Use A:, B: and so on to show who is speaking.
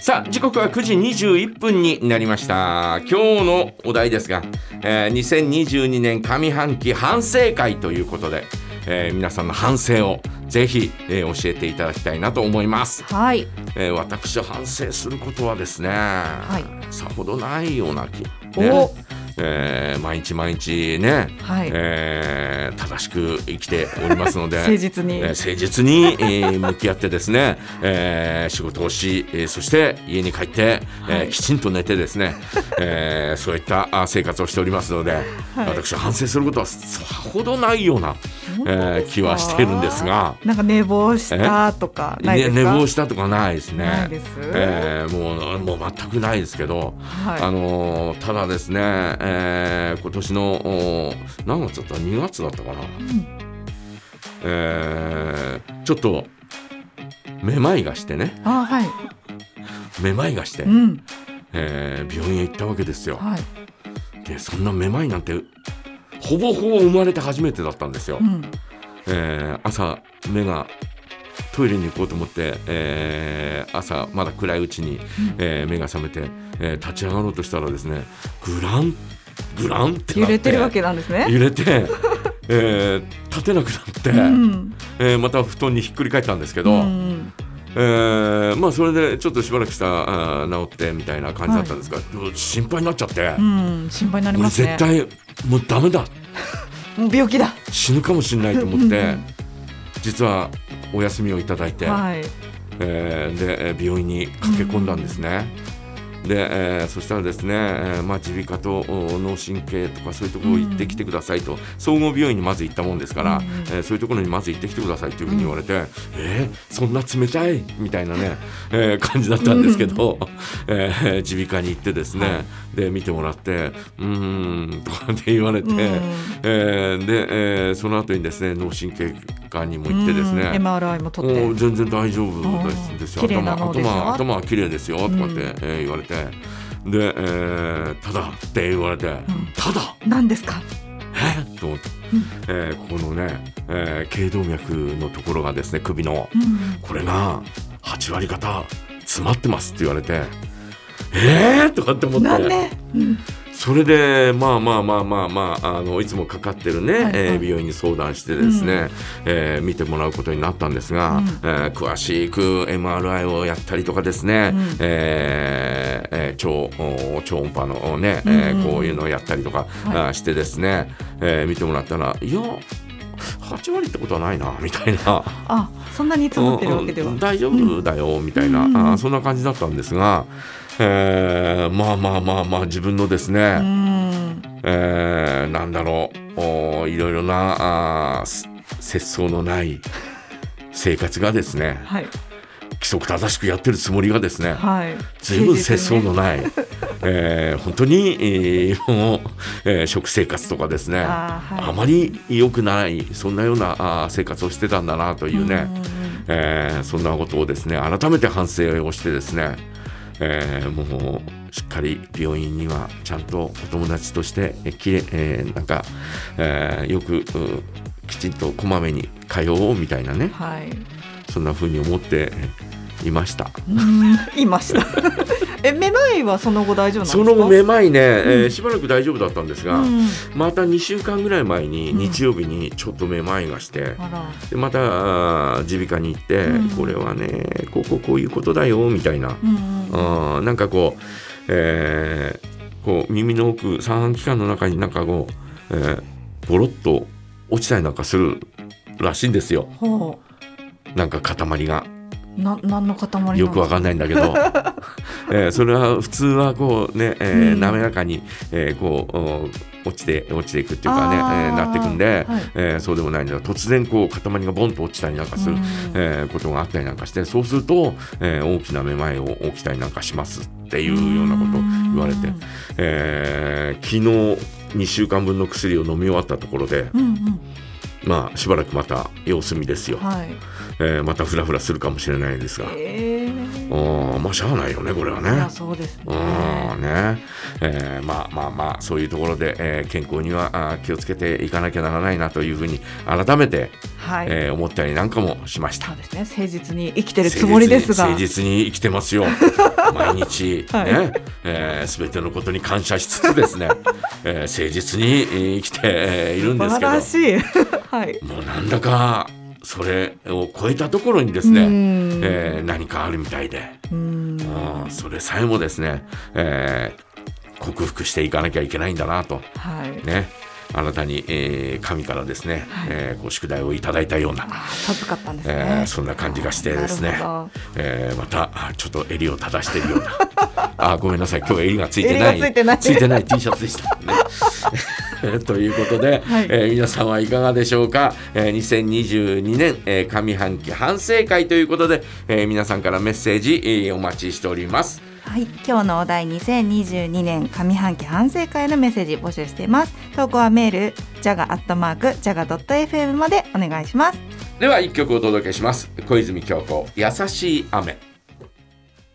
A: さあ時刻は9時21分になりました今日のお題ですが、えー2022年上半期反省会ということで、えー皆さんの反省をぜひ、えー教えていただきたいなと思います、
B: はい。
A: えー私反省することはですね、
B: い
A: さほどないような気、ね
B: お
A: えー毎日毎日ね、
B: はい
A: えー正しく生きておりますので
B: 誠実に
A: えー誠実に、えー向き合ってですね、えー仕事をし、えーそして家に帰って、えー
B: はい
A: きちんと寝てですね、えーそういったあ生活をしておりますので、
B: はい
A: 私反省することはさほどないような、え
B: 本当
A: ー気はしているんですが。
B: なんか寝坊したとかないですか。
A: ね、寝坊したとかないですね。
B: ないです
A: えーもうもう全くないですけど、
B: はい
A: あのーただですね、えー今年のおー何月だった2月だったかな、えーちょっとめまいがしてね
B: あはい。
A: めまいがして
B: う、ん
A: えー病院へ行ったわけですよ。
B: はい。
A: でそんなめまいなんてほぼほぼ生まれて初めてだったんですよ。
B: うん
A: えー朝目がトイレに行こうと思って、えー朝まだ暗いうちに、えー目が覚めて、えー立ち上がろうとしたらですねグラングランってな
B: 揺
A: って
B: れてるわけなんですね。
A: 揺れて、えー立てなくなって、
B: うん。
A: えーまた布団にひっくり返ったんですけど、
B: うん
A: えーまあそれでちょっとしばらくしたらあー治ってみたいな感じだったんですが、うん心配になっちゃって、
B: うん心配になり
A: 俺
B: ます
A: 絶
B: ね。
A: 対もうダメだ
B: もう病気だ。
A: 死ぬかもしれないと思っ
B: うんう
A: て
B: ん
A: 実はお休みをいただいて。
B: はい。
A: えーでえー病院に駆け込んだんですね。で、えーそしたらですね、えーまあ、耳鼻科とお脳神経とかそういうところ行ってきてくださいと、総合病院にまず行ったもんですから、
B: うん
A: えーそういうところにまず行ってきてくださいというふうに言われて、えーそんな冷たいみたいなね、えー感じだったんですけど、えー耳鼻科に行ってですね、
B: は
A: で見てもらってうーんとかって言われて、
B: うん
A: えーで、えーその後にですね脳神経科にも行ってですね、
B: うん MRI も取っ
A: お
B: て。
A: 全然大丈夫です
B: おー
A: ですよ
B: 綺麗
A: 頭
B: な脳ですよ
A: 頭頭は綺麗ですよとかって、
B: うん
A: えー言われてで、えーただって言われて、ただ
B: なんですか。
A: えっと思って、えーここのね、えー頸動脈のところがですね首の
B: うん
A: これが8割方詰まってますって言われてえー、とかって思って
B: なんで。うん
A: それでまあまあまあまあまああのいつもかかってるね、
B: はいはい
A: えー美容院に相談してですね、
B: う
A: えー見てもらうことになったんですが、
B: うん
A: えー詳しく MRI をやったりとかですね、
B: うん
A: えーえー超お超音波のね、えー
B: うんうん
A: こういうのをやったりとか、
B: はい
A: あーしてですね、えー見てもらったらいや8割ってことはないなみたいな。
B: あそんなに詰まってるわけでは
A: うんうん。大丈夫だよみたいな、
B: うん
A: あーそんな感じだったんですが、えーまあまあまあまあ自分のですね、
B: うん
A: えーなんだろうおーいろいろなあーす節操のない生活がですね
B: はい
A: 規則正しくやってるつもりがですね
B: はい。
A: 随分
B: 誠
A: 節操
B: 実にね
A: の ない、えー本当に、えーもうえー食生活とかですねあ,、
B: あーはい
A: まり良くないそんなようなあー生活をしてたんだなというね、
B: んんうん
A: えーそんなことをですね改めて反省をしてですね、えーもうしっかり病院にはちゃんとお友達としてえーきれ、えーなんか、えーよくうきちんとこまめに通おうみたいなね
B: はい。
A: そんな風に思っていました
B: いました。 え、めまいはその後大丈夫なんです
A: そ
B: か。
A: の後めまいね、えーしばらく大丈夫だったんですが、
B: うん、
A: また2週間ぐらい前に
B: うん
A: 日曜日にちょっとめまいがして、
B: あら、
A: でまたあー耳鼻科に行って、
B: うん
A: これはねこうこうこういうことだよみたいな
B: うんうん、
A: あーなんかこう、えーこう耳の奥三半規管の中になんかこう、えーボロッと落ちたりなんかするらしいんですよ
B: ほ
A: なんか塊が
B: う、な、何の塊なんです
A: よくわかんないんだ けど、えーそれは普通はこうね、えー
B: うん
A: 滑らかに、えーこうお落ちて落ちていくっていうかね、え
B: あー
A: ーなっていくんで、
B: はい
A: えーそうでもないんだけど突然こう塊がボンと落ちたりなんかする。
B: うん
A: えーことがあったりなんかしてそうすると、えー大きなめまいを起きたりなんかしますっていうようなことを言われて、えー昨日2週間分の薬を飲み終わったところで、
B: うんうん、
A: まあ、しばらくまた様子見ですよ、
B: はい。
A: えーまたフラフラするかもしれないですが、
B: え
A: あ
B: ー、
A: ーまあしゃあないよねこれは
B: そり
A: ね
B: ゃ。そうですね。
A: うんねえーまあまあまあそういうところで、えー健康にはあー気をつけていかなきゃならないなというふうに改めて、
B: はい、
A: えー思ったりなんかもしました
B: そう。ですね。誠実に生きてるつもりですが、
A: 誠実に誠実に生きてますよ。毎日、
B: はい
A: ねえー、全てのことに感謝しつつ ですね、えー誠実にえー生きてえーいるんで
B: 素
A: す
B: 晴
A: け
B: ら
A: ど
B: しい。 はい。
A: もうなんだかそれを超えたところにです
B: う
A: ね、
B: ん
A: えー何かあるみたいで、
B: うん
A: うん、それさえもですね、えー克服していかなきゃいけないんだなと。
B: はい。
A: ね、あなたに、えー神からですね、
B: はい
A: えーこう宿題をいただいたような、
B: あー授かったんですね、
A: えーそんな感じがしてですね
B: なるほど、
A: えーまたあちょっと襟を正しているような あごめんなさい今日は襟がついてない
B: 襟がついてない
A: T シャツでした、ね。 ということで、
B: はい
A: えー皆さんはいかがでしょうか、えー2022年、えー上半期反省会ということで、えー皆さんからメッセージ、えーお待ちしております。
C: はい、今日のお題2022年上半期反省会のメッセージ募集しています。投稿はメール、ジャガアットマーク、ジャガドット FM までお願いします。
A: では一曲お届けします小泉今日子優しい雨